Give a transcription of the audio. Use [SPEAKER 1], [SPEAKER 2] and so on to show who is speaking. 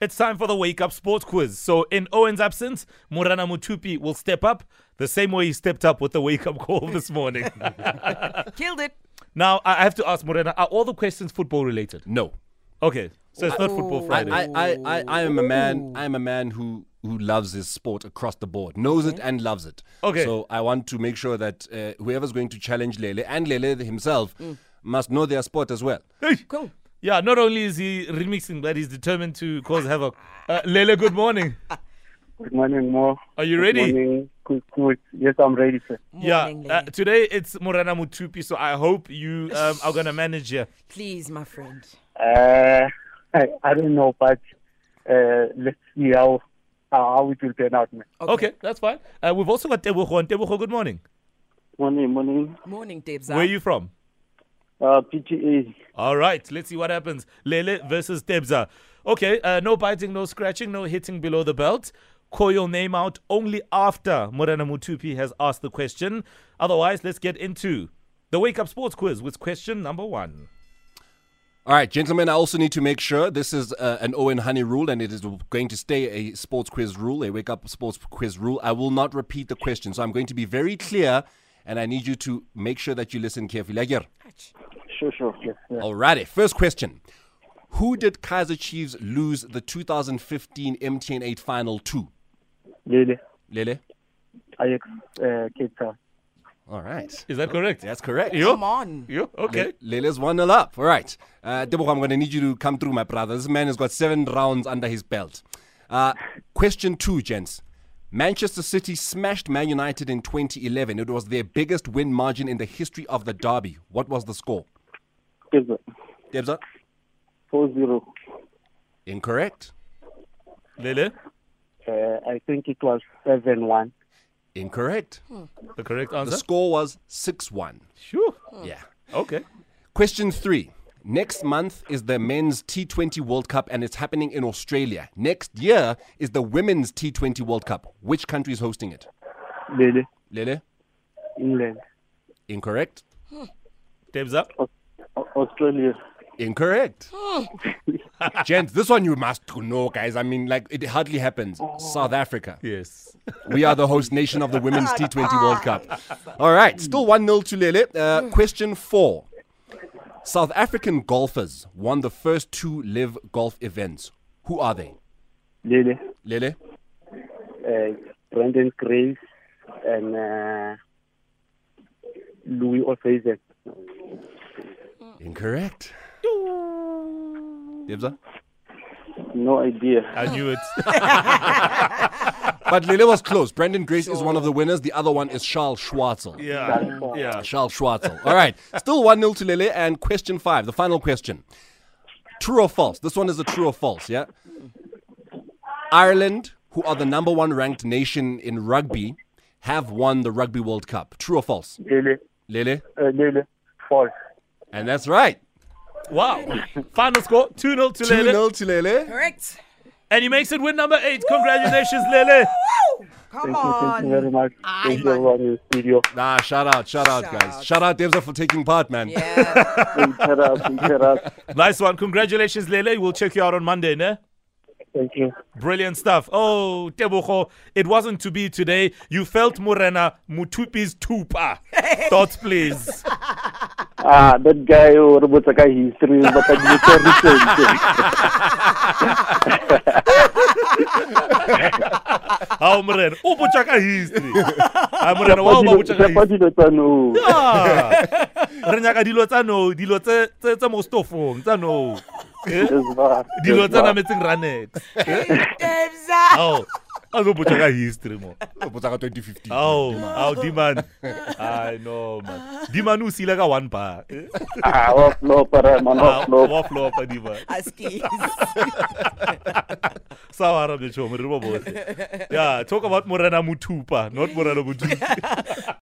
[SPEAKER 1] It's time for the Wake Up Sports Quiz. So, in Owen's absence, Murana Mutupi will step up the same way he stepped up with the wake up call this morning.
[SPEAKER 2] Killed it.
[SPEAKER 1] now, I I have to ask Morena, are all the questions football related?
[SPEAKER 3] No.
[SPEAKER 1] Okay, so it's not Football
[SPEAKER 3] I,
[SPEAKER 1] Friday.
[SPEAKER 3] I, I, I, I am a man. I am a man who who loves his sport across the board, knows it and loves it.
[SPEAKER 1] Okay.
[SPEAKER 3] So I want to make sure that uh, whoever's going to challenge Lele and Lele himself
[SPEAKER 1] Mm.
[SPEAKER 3] must know their sport as well.
[SPEAKER 2] Cool.
[SPEAKER 1] yeah, not only is he remixing, but he's determined to cause havoc. Uh, Lele, good morning.
[SPEAKER 4] Good morning, Mo.
[SPEAKER 1] Are you
[SPEAKER 4] Good
[SPEAKER 1] ready?
[SPEAKER 4] Morning. Good, good. Yes, I'm ready, sir.
[SPEAKER 2] Morning,
[SPEAKER 1] yeah, uh,
[SPEAKER 2] Lele.
[SPEAKER 1] today it's Morena Mutupi, so I hope you um, are going to manage here.
[SPEAKER 2] Please, my friend.
[SPEAKER 4] Uh, I, I don't know, but uh, let's see how how it will turn out, man.
[SPEAKER 1] Okay, that's fine. Uh, we've also got Tebogo on. Tebogo, good morning.
[SPEAKER 4] Morning, morning.
[SPEAKER 2] Morning, Debs.
[SPEAKER 1] Where are you from?
[SPEAKER 4] Uh, PTA.
[SPEAKER 1] All right, let's see what happens. Lele versus Debza. Okay, uh, no biting, no scratching, no hitting below the belt. Call your name out only after Morana Mutupi has asked the question. Otherwise, let's get into the Wake Up Sports Quiz with question number one.
[SPEAKER 3] All right, gentlemen, I also need to make sure this is uh, an Owen Honey rule and it is going to stay a sports quiz rule, a wake up sports quiz rule. I will not repeat the question. So I'm going to be very clear and I need you to make sure that you listen carefully. Ayer.
[SPEAKER 4] Sure, sure. Yes, sir.
[SPEAKER 3] All righty, first question. Who did Kaiser Chiefs lose the 2015 MTN 8 final to?
[SPEAKER 4] Lele,
[SPEAKER 3] Lele?
[SPEAKER 4] Ajax, uh, Cape Town.
[SPEAKER 3] All right.
[SPEAKER 1] Is that correct?
[SPEAKER 3] That's correct.
[SPEAKER 2] Come on.
[SPEAKER 1] You? Okay.
[SPEAKER 3] Le- Lele's 1 0 up. All right. Uh, Tebogo, I'm going to need you to come through, my brother. This man has got seven rounds under his belt. Uh, question two, gents. Manchester City smashed Man United in 2011. It was their biggest win margin in the history of the derby. What was the score?
[SPEAKER 4] Yes, sir.
[SPEAKER 3] Debza?
[SPEAKER 4] 4-0.
[SPEAKER 3] Incorrect.
[SPEAKER 1] Lele,
[SPEAKER 4] Uh, I think it was 7-1.
[SPEAKER 3] Incorrect.
[SPEAKER 1] the correct
[SPEAKER 3] The
[SPEAKER 1] answer.
[SPEAKER 3] score was 6 1.
[SPEAKER 1] Sure.
[SPEAKER 3] Yeah.
[SPEAKER 1] Okay.
[SPEAKER 3] Question three. Next month is the men's T20 World Cup and it's happening in Australia. Next year is the women's T20 World Cup. Which country is hosting it?
[SPEAKER 4] Lele,
[SPEAKER 3] Lele?
[SPEAKER 4] England.
[SPEAKER 3] Incorrect.
[SPEAKER 1] Debza.
[SPEAKER 4] Au- Australia.
[SPEAKER 3] Incorrect. Gents, this one you must know, guys. I mean, like, it hardly happens. South Africa.
[SPEAKER 1] Yes.
[SPEAKER 3] We are the host nation of the Women's T20 World Cup. All right, still 1 0 to Lele. Uh, question four South African golfers won the first two live golf events. Who are they?
[SPEAKER 4] Lele,
[SPEAKER 3] Lele?
[SPEAKER 4] uh, Brendan Grace, and uh, Louis Osaisen.
[SPEAKER 3] Incorrect. Dibza?
[SPEAKER 4] No idea.
[SPEAKER 1] I knew it.
[SPEAKER 3] But Lele was close. Brendan Grace is one of the winners. The other one is Charles Schwartzel.
[SPEAKER 1] yeah. Yeah.
[SPEAKER 3] Charles Schwartzel. All right. Still 1 0 to Lele. And question five, the final question. True or false? This one is a true or false, yeah? Ireland, who are the number one ranked nation in rugby, have won the Rugby World Cup. True or false?
[SPEAKER 4] Lele,
[SPEAKER 3] Lele?
[SPEAKER 4] uh, Lele, false.
[SPEAKER 3] And that's right.
[SPEAKER 1] Wow. Final score 2 0 to
[SPEAKER 3] 2
[SPEAKER 1] Lele.
[SPEAKER 3] 0 to Lele.
[SPEAKER 2] Correct.
[SPEAKER 1] And he makes it win number eight. Congratulations, Lele.
[SPEAKER 2] Come
[SPEAKER 4] Thank you, thank you very
[SPEAKER 2] on.
[SPEAKER 4] much. Thank you, everyone in the studio.
[SPEAKER 3] Nah, shout out, shout out,
[SPEAKER 2] Shout
[SPEAKER 3] guys.
[SPEAKER 2] out.
[SPEAKER 3] Shout out, Devza, for taking part, man.
[SPEAKER 2] Yeah.
[SPEAKER 4] Shut up, shut up.
[SPEAKER 1] Nice one. Congratulations, Lele. We'll check you out on Monday, ne?
[SPEAKER 4] Thank you.
[SPEAKER 1] Brilliant stuff. Oh, Tebogo, it wasn't to be today. You felt Morena Mutupi's tupa. Thoughts, please.
[SPEAKER 4] Ah, that guy, oh, Robert Saka, history, but I didn't tell you.
[SPEAKER 1] How Morena? Oh, Buchaka history. Ah, Morena, wow,
[SPEAKER 4] Dilo-
[SPEAKER 1] Buchaka
[SPEAKER 4] Shepard dilo tsa nou.
[SPEAKER 1] Re nyaka dilo tsa nou, dilo tse tse tse mo stofong, tsa nou. Eh?
[SPEAKER 4] Yes, ma.
[SPEAKER 1] Dilo
[SPEAKER 4] Yes,
[SPEAKER 1] tse
[SPEAKER 4] ma.
[SPEAKER 1] nametseng ranet.
[SPEAKER 2] Debs.
[SPEAKER 1] Ao. A zo Buchaka history mo.
[SPEAKER 3] Botaka 2015.
[SPEAKER 2] Oh,
[SPEAKER 1] Ao, ao Diman. I know, man. Diman o sile ka one bar. Eh?
[SPEAKER 4] Ah, wa flopa, re, man, wa
[SPEAKER 1] Ah,
[SPEAKER 4] flopa.
[SPEAKER 1] Wa flopa Diman.
[SPEAKER 2] Huskies.
[SPEAKER 1] Sawa Arab Chomo, re bo bohle. Yeah, talk about Morena Mutupa, not Morena Mutupi.